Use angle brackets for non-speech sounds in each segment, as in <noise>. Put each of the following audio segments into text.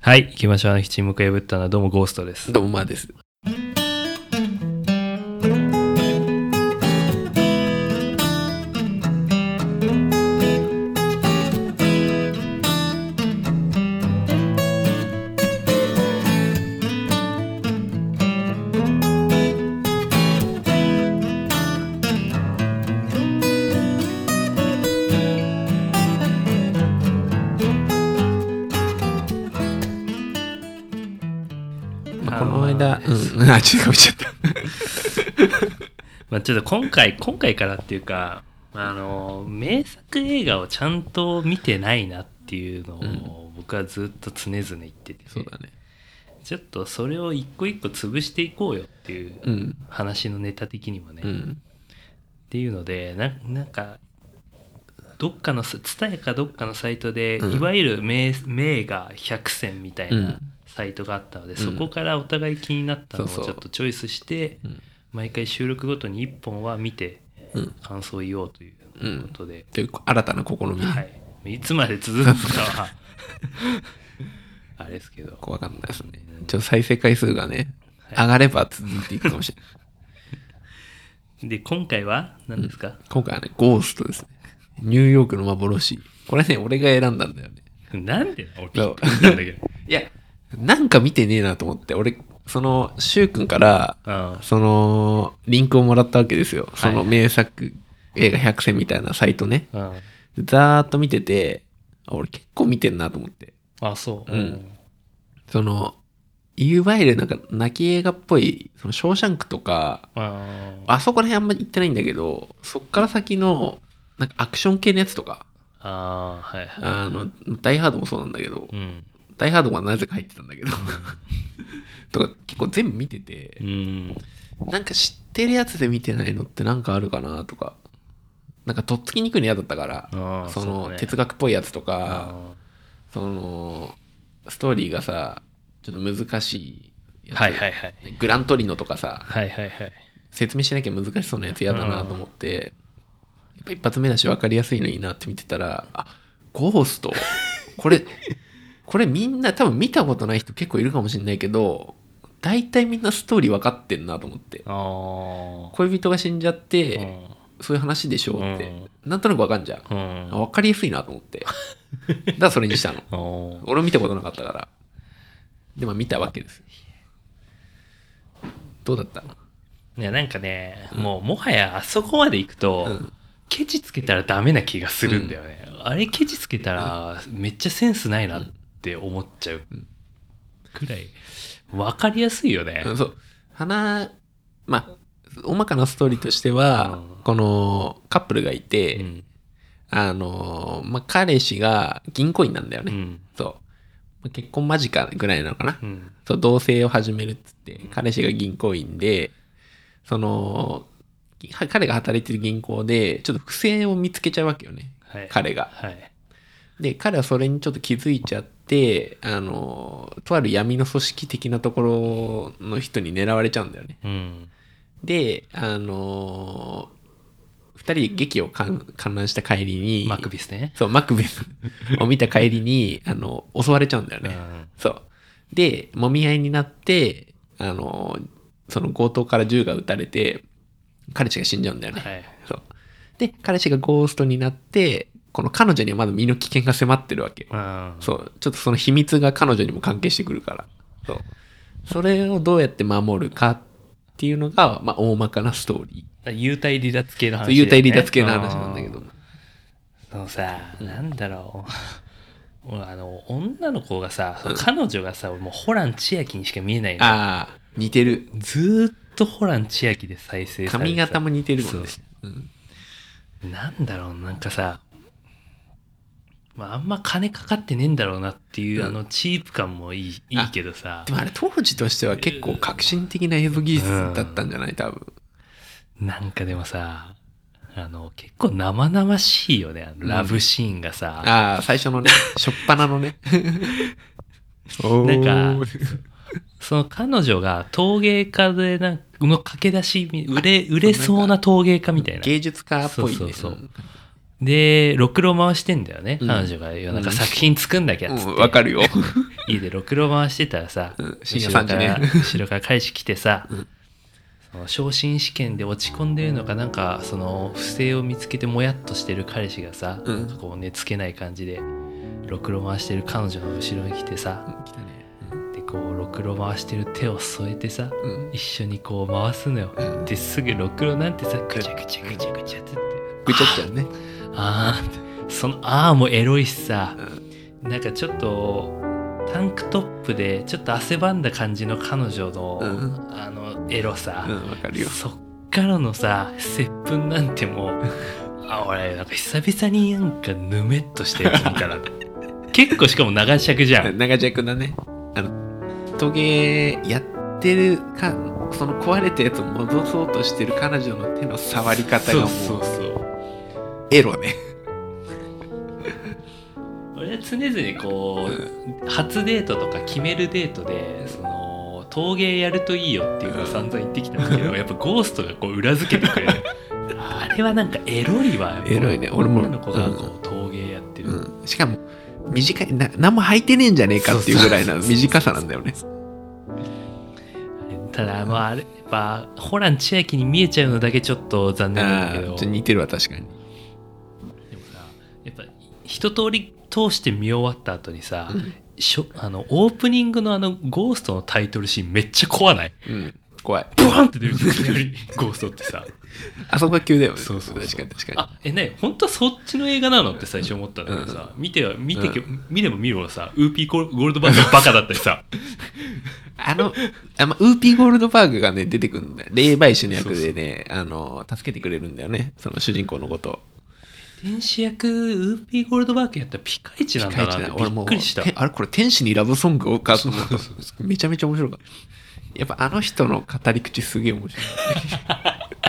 はい、行きましょう。あの日沈黙破ったのはどうもゴーストです。どうもまあです。まあこの間、あうん、 <laughs> あ、ちょっとかぶっちゃった。まあ、ちょっと今回、今回からっていうか、あの、名作映画をちゃんと見てないなっていうのを僕はずっと常々言ってて、そうだね。ちょっとそれを一個一個潰していこうよっていううん。話のネタ的にもね。うっん。ていうので、ななんか、どっかのさ、ツタヤかどっかのサイトで、うん。いわゆる名名画100選みたいうなんサイトがあったので、そこからお互い気になったのをちそうそうょっとチョイスして、うん。毎回収録ごとに1本は見てうん。感想を言おうということで、という新たな試み。はい、いつまで続くか <laughs> はあれですけど怖かったですね。ちょっと再生回数がね、はい上がれば続いていくかもしれない。で <laughs> 今回は何ですか、今回はね、ゴーストですね。ニューヨークの幻。これね、俺が選んだんだよね。なんで俺びっくりしたんだけどいや、なんか見てねえなと思って、俺、その、シュウ君から、あその、リンクをもらったわけですよ。その名作映画100選みたいなサイトね。ああざーっと見てて、あ俺結構見てんなと思って。ああそう、うんその、いわゆるなんか泣き映画っぽい、その、ショーシャンクとか、あああそこら辺あんまり行ってないんだけど、そっから先の、なんかアクション系のやつとか、ああはいはいあの、ダイハードもそうなんだけど、うんダイハードはなぜか入ってたんだけど、 <laughs> とか結構全部見てうて、んなんか知ってるやつで見てないのってなんかあるかなとか、なんかとっつきにくいの嫌だったから、ああそうのだね哲学っぽいやつとか、あそのストーリーがさ、ちょっと難しいやあつはいはいはいグラントリノとかさ、はいはいはい説明しなきゃ難しそうなやつ嫌だなと思って、やっぱ一発目だし分かりやすいのいいなって見てたら、あ、ゴースト。これ、 <laughs> これみんな多分見たことない人結構いるかもしれないけど、大体みんなストーリー分かってんなと思って。ああ恋人が死んじゃって、そういう話でしょうんって、なんとなく分かんじゃん。うんあ分かりやすいなと思 <laughs> って。だからそれにしたの。うん俺見たことなかったから。でも見たわけです。どうだったいやなんかね、もうもはやあそこまで行くと、うんケチつけたらダメな気がするんだよね、あれケチつけたらめっちゃセンスないなって思っちゃうくらい分かりやすいよね、うんそう。花、まあ、大まかなストーリーとしては、うんこのカップルがいて、うんあのー、まあ、彼氏が銀行員なんだようね。んそう。まあ結婚間近ぐらいなのかな。うんそう、同棲を始めるっつって、彼氏が銀行員で、その、は彼が働いてる銀行で、ちょっと不正を見つけちゃうわけよね。はい彼が。はいで、彼はそれにちょっと気づいちゃって、あのー、とある闇の組織的なところの人に狙われちゃうんだよね。うんで、あのー二人で劇を観観覧した帰りに、マクビスね、そう、マクベス <laughs> を見た帰りに、あの、襲われちゃうんだようね。んそう。で、揉み合いになって、あのーその強盗から銃が撃たれて、彼氏が死んじゃうんだよね。はいそう。で、彼氏がゴーストになって、この彼女にはまだ身の危険が迫ってるわけ。うんそう。ちょっとその秘密が彼女にも関係してくるから。そう。それをどうやって守るかっていうのが、まあ、大まかなストーリ幽体離脱系のー。話そう幽体離脱系の話なんだけど。そのさ、なんだろう。 <laughs> 俺あの、女の子がさ、彼女がさ、もうホラン千秋にしか見えないの。ああ、似てる。ずーっとホラン千秋で再生されて髪さ型も似てるもんね。うんなんだろう、なんかさ、まあ、あんま金かかってねえんだろうなっていう、うんあのチープ感もいいいいけどさで、もあれ当時としては結構革新的な映像技術だったんじゃない多分。なんかでもさ、あの、結構生々しいよね、あのラブシーンがさ。ああ、最 <laughs> 初のね、初っ端のね。 <laughs> なんか、その彼女が陶芸家でなんかの駆け出しみ売れ売れそうな陶芸家みたいな芸術家っぽいね。そうそうそうでろくろ回してんだよね、うん彼女が夜中うん作品作んなきゃっつって、うんわかるよ。家でろくろ回してたらさ、うん深夜後ろ3時かねら <laughs> 後ろから返し来てさ、うんその昇進試験で落ち込んでるのかなんかその不正を見つけてもやっとしてる彼氏がさ、うんこう寝つけない感じでろくろ回してる彼女の後ろに来てさ来たね。でこうろくろ回してる手を添えてさう <laughs> ん。うん一緒にこう回すのよ、うんですぐろくろなんてさぐちゃぐちゃぐちゃぐちゃってってぐちゃっちゃ <laughs> ね。あーってそのあーもエロいしさ、なんかちょっとタンクトップでちょっと汗ばんだ感じの彼女の、うんあのエロさ、うん、わかるよ。そっからのさ接吻なんてもうあ俺なんか久々になんかぬめっとしてるみたい <laughs> な結構しかも長尺じゃん長尺だね。あの、トゲやってるか、その壊れたやつを戻そうとしてる彼女の手の触り方がもそうう、そうそうエロね。俺は常々こう、初デートとか決めるデートでその陶芸やるといいよっていうのを散々言ってきたんだけど、やっぱゴーストがこう裏付けてくれ <laughs> るあれはなんかエロいわエロいね俺も女の子がこう陶芸やってる、うん。しかも、短い、な何も履いてねえんじゃねえかっていうぐらいそのうそうそう短さなんだよね。ただまああれやっぱホラン千秋に見えちゃうのだけちょっと残念だああ、けちどょっと似てるわ、確かに。でもさやっぱ一通り通して見終わった後にさ、しょあのオープニングのあのゴーストのタイトルシーンめっちゃ怖ないうん。怖い。ブワンって出るいきなりゴーストってさあそこが急だよね。そうそうそう確かに確かあえね本当はそっちの映画なのって最初思ったんだけどさ、見ては見てけ、見れば見るほどさウーピーゴールドバーグがバカだったりさに。あの、あまウーピーゴールドバーグがね、出てくるんだよ。霊媒師の役でね、あの、助けてくれるんだよね。その主人公のことを。天使役ウーピーゴールドバーグやったらピカイチなんだなってび俺もっくりしたえあれこれ天使にラブソングをかと思ったそうそうめちゃめちゃ面白かったやっぱあの人の語り口すげえ <laughs> 面白い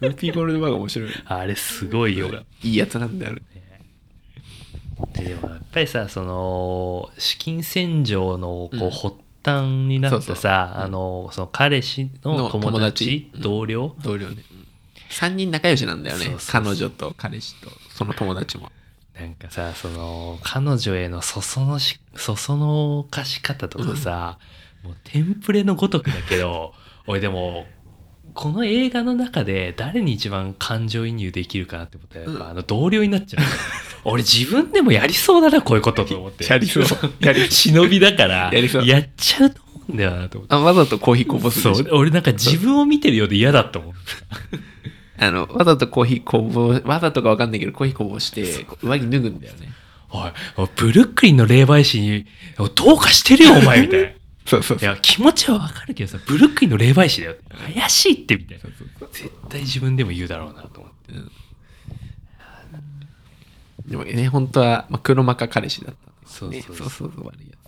ルピー・ゴールドバーグ面白いあれすごいよ、いいやつなんだよねででもやっぱりさその資金洗浄のうこんう発端になってそうそうさ、あのその彼氏のの友友達達うん同僚同僚ね3人仲良しなんだよねそうそうそう彼女と彼氏とその友達もなんかさその彼女へのそそのしそそのかし方とかさ、もうテンプレのごとくだけど <laughs> 俺でもこの映画の中で誰に一番感情移入できるかなって思ったらやっぱ、うんあの同僚になっちゃう <laughs> 俺自分でもやりそうだなこういうことと思って <laughs> や <laughs> りそうやり忍びだからやりそうやっちゃうと思うんだよなと思って。あわざとコーヒーこぼすそでしょう俺なんか自分を見てるようで嫌だと思うあのわざとコーヒーこぼわざとかわかんないけどコーヒーこぼして上着脱ぐんだよねおいおいブルックリンの霊媒師におどうかしてるよお前みたいなそうそういや、気持ちはわかるけどさ、ブルックリンの霊媒師だよ。怪しいってみたいな。絶対自分でも言うだろうなと思って。でもね本当は、まあ、黒幕は彼氏だったそうねそうそそううそうそう悪いやつ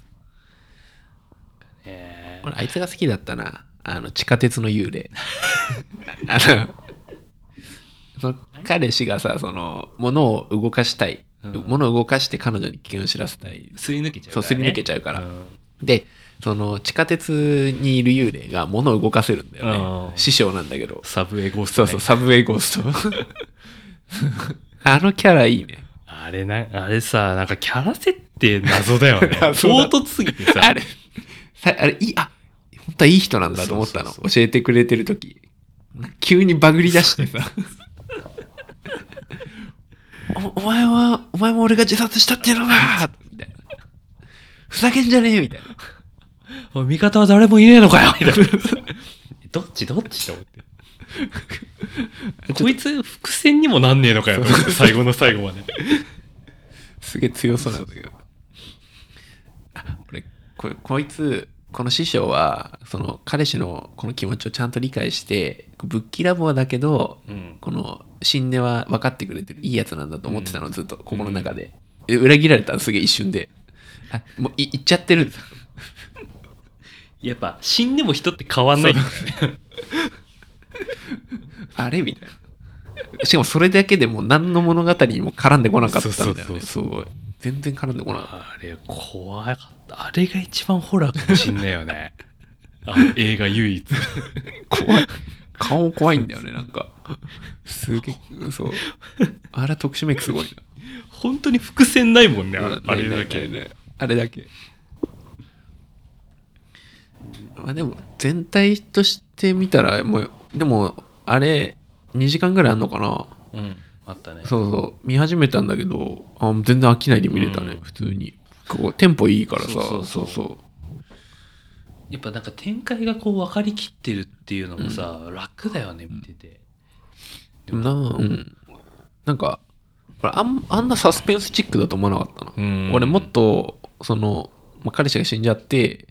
え俺あいつが好きだったなあの地下鉄の幽霊 <laughs> あのその彼氏がさその物を動かしたい、うん物を動かして彼女に危険を知らせたいーすり抜けちゃうそうすり抜けちゃうから、うんでその地下鉄にいる幽霊が物を動かせるんだよねうん師匠なんだけどサブウェイゴースト、そうね。そうサブウェイゴースト <laughs> あのキャラいいね。あれな、あれさ、なんかキャラ設定謎だよね <laughs> 謎だ唐突すぎてさ。あれ、さあれ、いい、あ、本当はいい人なんだと思ったの。そう教えてくれてる時急にバグり出してさ。おお前は、お前も俺が自殺したっていうのかみたいな。ふざけんじゃねえみたいな。 <laughs> おい味方は誰もいねえのかよみたいな。 <laughs> どっちどっちと思って。 <laughs> こいつ、伏線にもなんねえのかよ。最後の最後まで。すげえ強そうなんだけど。あ俺、これ、こいつ、この師匠は、その、彼氏のこの気持ちをちゃんと理解して、ぶっきらぼうだけど、うん。この新根は分かってくれてるいいやつなんだと思ってたの、ずっと心の中で、で裏切られたのすげえ一瞬であもうい行っちゃってる <laughs> んだやっぱ、死んでも人って変わんないんだよね。あれみたいなしかもそれだけでもう何の物語にも絡んでこなかったんだよねそうそうすごい全然絡んでこなかっあれ怖かった。あれが <laughs> 一番ホラーかもしんないよね。あ映画唯一。た怖い顔も怖いんだよね、なんか。すげえ、そう。あれ特殊メイクすごいな。本当に伏線ないもんね、あれあれだないけ。ないないあれだけまあでも全体として見たらもうでもあれ2時間ぐらいあんのかなうん、あったね。そうそう見始めたんだけどあ全然飽きないで見れたね、うん普通にこうテンポいいからさそうそうそそううそうやっぱなんか展開がこう分かりきってるっていうのもさ、楽だよね、見てて。でもなうんなんかこれあんあんなサスペンスチックだと思わなかったな、うん俺もっとその、まあ、彼氏が死んじゃって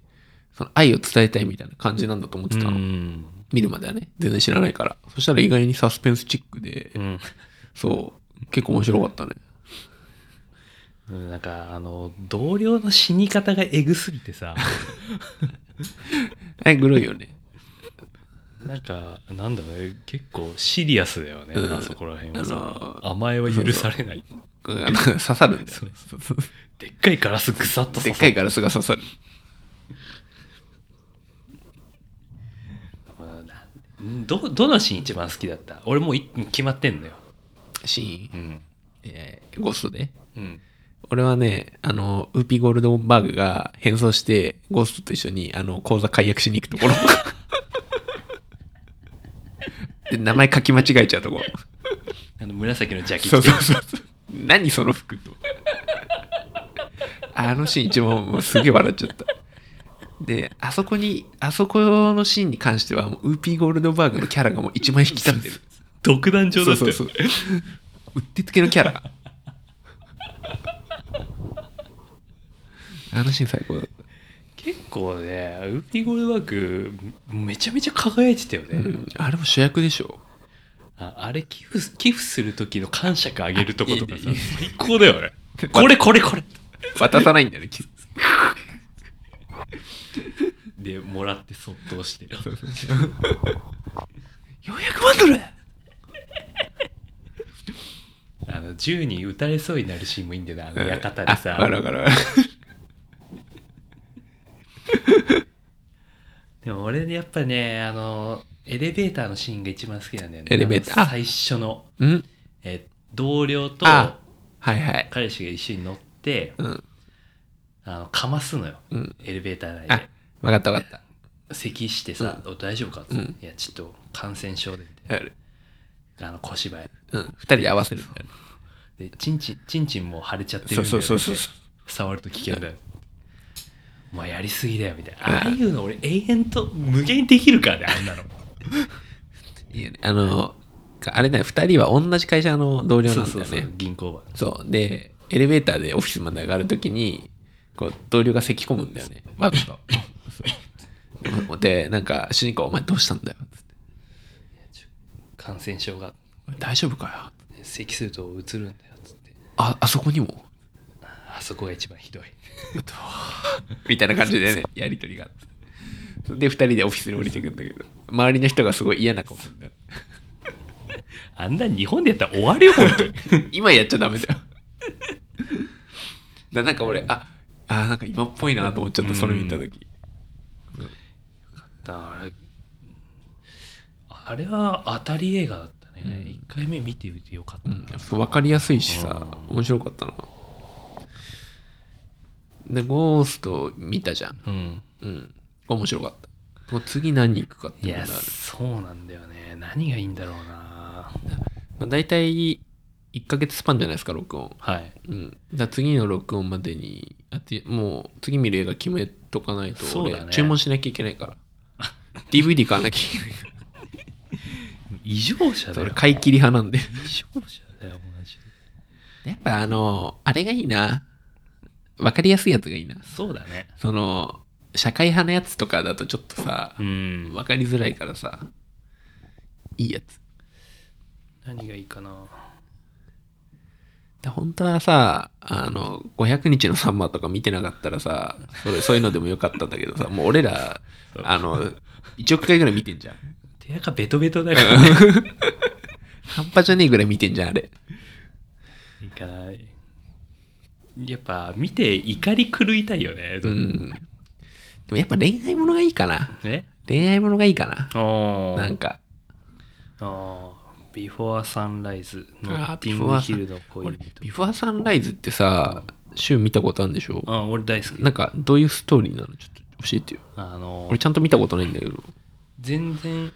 その愛を伝えたいみたいな感じなんだと思ってたの、うん。見るまではね、全然知らないから。そしたら意外にサスペンスチックで、うん。そう、結構面白かったね。うんなんか、あの、同僚の死に方がえぐすぎて <laughs> さ、え、グロいよね。なんか、なんだろうね、結構シリアスだよね、うんあそこら辺はさ、あ甘えは許されない。うんあの刺さるんだよそねう。でっかいガラスぐさっと刺でっさかるいガラスが刺さる。うんなど、どのシーン一番好きだった俺もうい決まってんのよ。シーン、うん。えーゴーストで。うん。俺はね、あの、ウーピーゴールドバーグが変装して、ゴーストと一緒に、あの、口座解約しに行くと <laughs> ころ。で名前書き間違えちゃうところ。あの、紫のジャケットそう。そうそうそう。何その服と。あのシーン一番もうすげえ笑っちゃった。で、あそこに、あそこのシーンに関しては、もうウーピーゴールドバーグのキャラがもう一番引き立ってる。独壇場だったよ。う。うってつけのキャラ。あのシーン最高だった。結構ね、ウーピーゴールドワーク、めちゃめちゃ輝いてたよね。うんあれも主役でしょ。ああれ寄付す、寄付する時の感触あげるとことかさいいね、最高だよ <laughs> ね。これこれこれ。渡さないんだよね、きっとで、もらってそっと押してる。 400万ドルあの、銃に撃たれそうになるシーンもいいんだよな、あの館であわかるさ。わかるわかる。でも俺ね、やっぱね、あの、エレベーターのシーンが一番好きなんだよね。エレベーターあの最初の、うんえ、同僚とあはいはい。彼氏が一緒に乗って、うん。あの、かますのよ。うん。エレベーター内あで。、わかったわかった。咳してさ、お大丈夫かって、うんいや、ちょっと感染症で、みたいあるなあの、小芝居。うん、2人で合わせるんだよねで、チンチン、チンチンも腫れちゃってるんだよ、ね。触ると危険だよ。まあやりすぎだよみたいな。ああいうの俺永遠と無限にできるからね、あん <laughs> なの。いいよねあのあれだよ2人は同じ会社の同僚そなうんだそうそうよね、銀行は。そうでエレベーターでオフィスまで上がるときにこう同僚が咳込むんだよねわざとそうでなんか主人公「お前どうしたんだよ」つって感染症が、 「大丈夫かよ咳するとうつるんだよ、つって。」ああそこにもあそこが一番ひどい。みたいな感じでねやりとりがあってで2人でオフィスに降りてくんだけど周りの人がすごい嫌な顔するんだよあんな日本でやったら終わるよ、本当に。 <laughs> 今やっちゃダメだよ。だなんか俺、あ、あなんか今っぽいなと思っちゃった、それ見たとき。だからあれあれは当たり映画だったね。うん1回目見てみてよかった。わかりやすいしさ、面白かったな。で、ゴースト見たじゃん。うん。うん。面白かった。もう次何行くかっていいうのや、がある。そうなんだよね。何がいいんだろうな。まあ、大体、1ヶ月スパンじゃないですか、録音。はい。うん。だから次の録音までに、あてもう次見る映画決めとかないと、そうだね俺注文しなきゃいけない <laughs> から。DVD 買わなきゃいけない。異常者だよ俺。買い切り派なんで。異常者だよ、マジで。やっぱあの、あれがいいな。わかりやすいやつがいいな。そうだね。その、社会派のやつとかだとちょっとさ、んわかりづらいからさ、いいやつ。何がいいかなで本当はさ、あの、500日のサンマとか見てなかったらさ、それそういうのでもよかったんだけど <laughs> さ、もう俺ら、あの、1億回ぐらい見てんじゃん。手垢ベトベトだからね半端じゃねえぐらい見てんじゃん、あれ。いいかなやっぱ見て怒り狂いたいよね、うん。でもやっぱ恋愛ものがいいかな。ね恋愛ものがいいかな。おなんか、ああ、ビフォアサンライズ、ノあッーティングヒルの恋俺人。ビフォアサンライズってさ週見たことあるんでしょああ、俺大好き。なんかどういうストーリーなのちょっと教えてよあの俺、ちゃんと見たことないんだけど全然、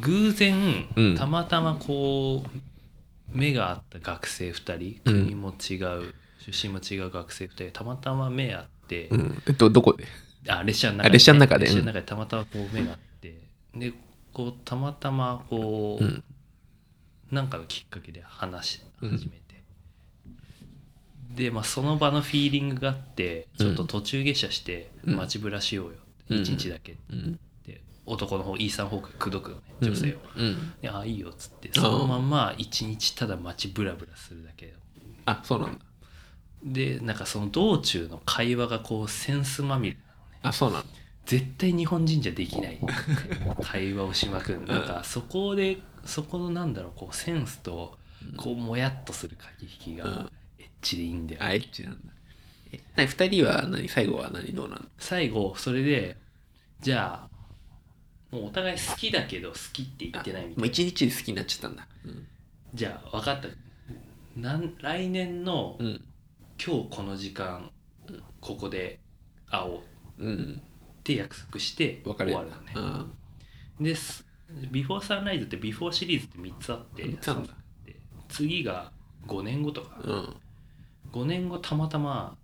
偶然うん、たまたまこう、目が合った学生2人、うん国も違う、出身も違う学生2人、たまたま目合って、うんえっとどこであ、列車の中あ列車の中で列車の中でたまたまこう目があって、で、こう、たまたまこう、うんなんかのきっかけで話しうん始めて、で、まあ、その場のフィーリングがあってちょっと途中下車してうん街ぶらしようよって、うん1日だけっうんて男の方イーサン・ホーク口説くのね女性を、うんでああいいよっつってそのまんま1日ただ街ぶらぶらするだけあそうなんだでなんかその道中の会話がこうセンスまみれあそうなんだ絶対日本人じゃできない <laughs> 会話をしまくるなんかそこでそこのなんだろうこうセンスとこうもやっとする駆け引きうんがエッチでいいんだよ、あエッチなんだえな二人は何最後は何どうなん最後それでじゃあもうお互い好きだけど好きって言ってないみもたういな一日で好きになっちゃったんだうん、じゃあ分かったなん来年のうん今日この時間ここで会おうっうん、て約束して別終れわるのねあですビフォーサンライズってビフォーシリーズって3つあって三つあるんだで次が5年後とかーうん5年後たまたま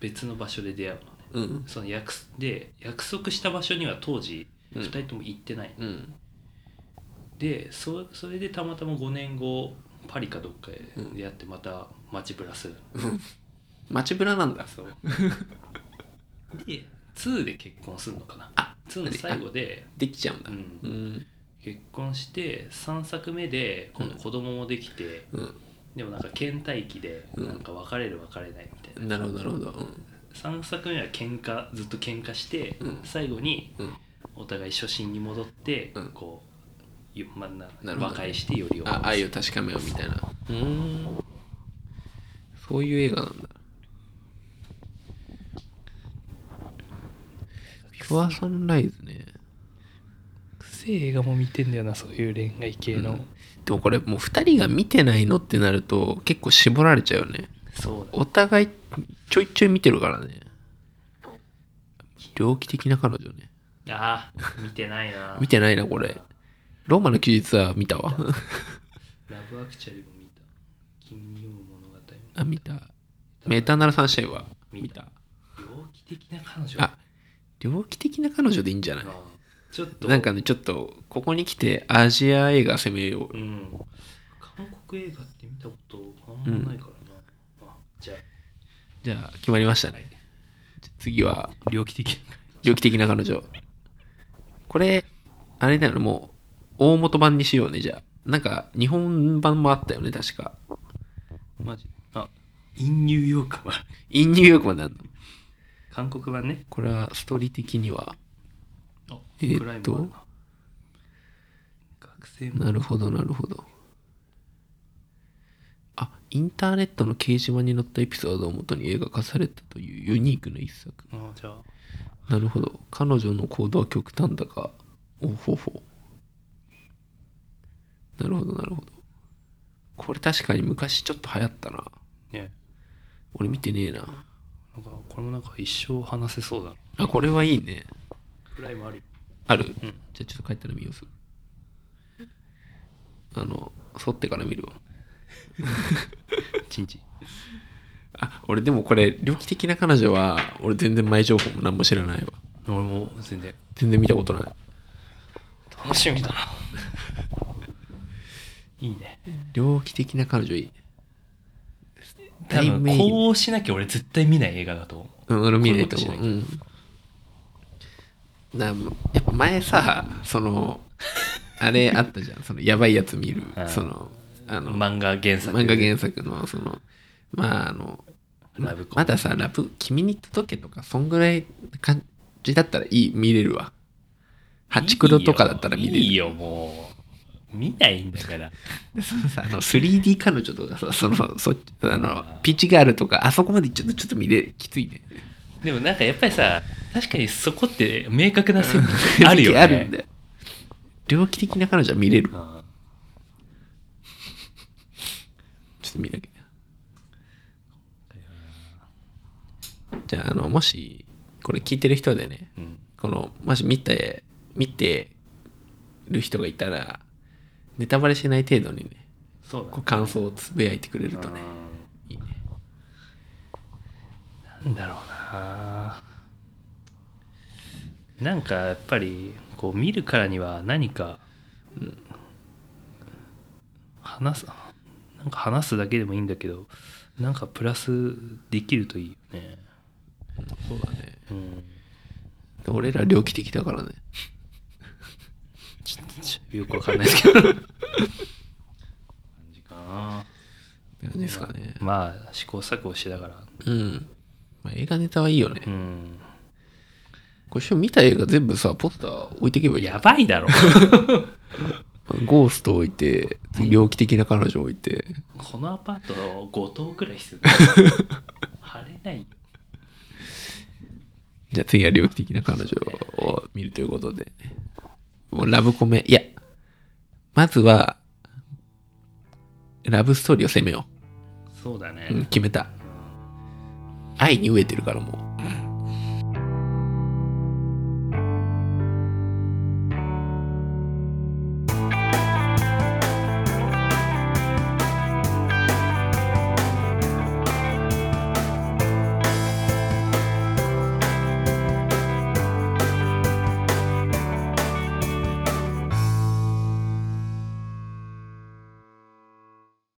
別の場所で出会うのねうんその約束で約束した場所には当時うん2人とも行ってない、うんでそそれでたまたま5年後パリかどっかで出会ってまた街ぶらするの、街ぶらなんだそうで2で結婚するのかなあ2の最後で、できちゃうんだうんうん結婚して3作目で今度子供もできて、うん、でもなんか倦怠期でうんなんか別れる別れないみたいな、なるほどなるほどうん3作目は喧嘩ずっと喧嘩して、うん最後にうんお互い初心に戻って、うんこうゆまあななるほどね和解してよりをあ愛を確かめようみたいなうんそういう映画なんだビフォアサンライズね映画も見てんだよなそういう恋愛系の、でもこれもう2人が見てないのってなると結構絞られちゃうよねそうだお互いちょいちょい見てるからね猟奇的な彼女ねあー見てないな <laughs> 見てないなこれローマの休日は見たわラブアクチャリも見た金曜物語も <laughs> あ見たメタナルサンシャインは見た猟奇的な彼女あ猟奇的な彼女でいいんじゃないあーちょっとなんかねちょっとここに来てアジア映画攻めよううん韓国映画って見たことあんまないからな、あじゃあじゃあ決まりましたね次は猟奇的猟奇的な彼女これあれだよねもう大元版にしようねじゃあなんか日本版もあったよね確かマジあインニューヨーク版インニューヨークまであるの <laughs> 韓国版ねこれはストーリー的にはあえーっとクライム版な学生もなるほどなるほどあインターネットの掲示板に載ったエピソードをもとに映画化されたというユニークな一作あじゃあなるほど彼女の行動は極端だがおほほなるほどなるほどこれ確かに昔ちょっと流行ったなね俺見てねえななんかこれもなんか一生話せそうだなあこれはいいねクライムありある、うんじゃあちょっと帰ったら見ようすあの剃ってから見るわチンチンあ俺でもこれ猟奇的な彼女は俺全然前情報も何も知らないわ俺も全然全然見たことない楽し <laughs> みだないいね猟奇的な彼女いい多分題名こうしなきゃ俺絶対見ない映画だと思ううん、俺見ないと思う。こうれん。なやっぱ前さ、その、あれあったじゃん、そのやばいやつ見るは、いその、あの、漫画原作漫画原作の、その、まああの、まラブコメまださ、ラブ、君に届けとか、そんぐらいな感じだったらいい、見れるわ。ハチクロとかだったら見れる。いいよいいよもう見ないんだからでそのさ、あの 3D 彼女とかさ、その、そあの、ピーチガールとか、あそこまでちょっと、ちょっと見れ、きついね。でもなんかやっぱりさ確かにそこ <laughs> <laughs> って明確な線引きあるよねあるんだよ。猟奇的な彼女は見れる。うんしてみなきゃ。じゃあ、あの、もし、これ聞いてる人でね、うん。この、もし見て、見てる人がいたら、ネタバレしない程度にね、そうだこう感想をつぶやいてくれるとね、いいね。なんだろうななんかやっぱりこう見るからには何か、話すなんか話すだけでもいいんだけどなんかプラスできるといいよねそうだね。うん俺ら猟奇的だからね。ちょっとちょよくわかんないですけ <laughs> ど感じかなって感じですかね。まあ試行錯誤しながらうん。まあ、映画ネタはいいよねう。んこれ見た映画全部さ、ポスター置いてけばいいじゃんやばいだろゴースト置いて、猟奇的な彼女置いて。このアパート5棟くらいする <laughs> 晴れないよじゃあ次は猟奇的な彼女を見るということで。もうラブコメ。いや。まずは、ラブストーリーを攻めよそうだね、う。うん、決めた。愛に飢えてるからもう。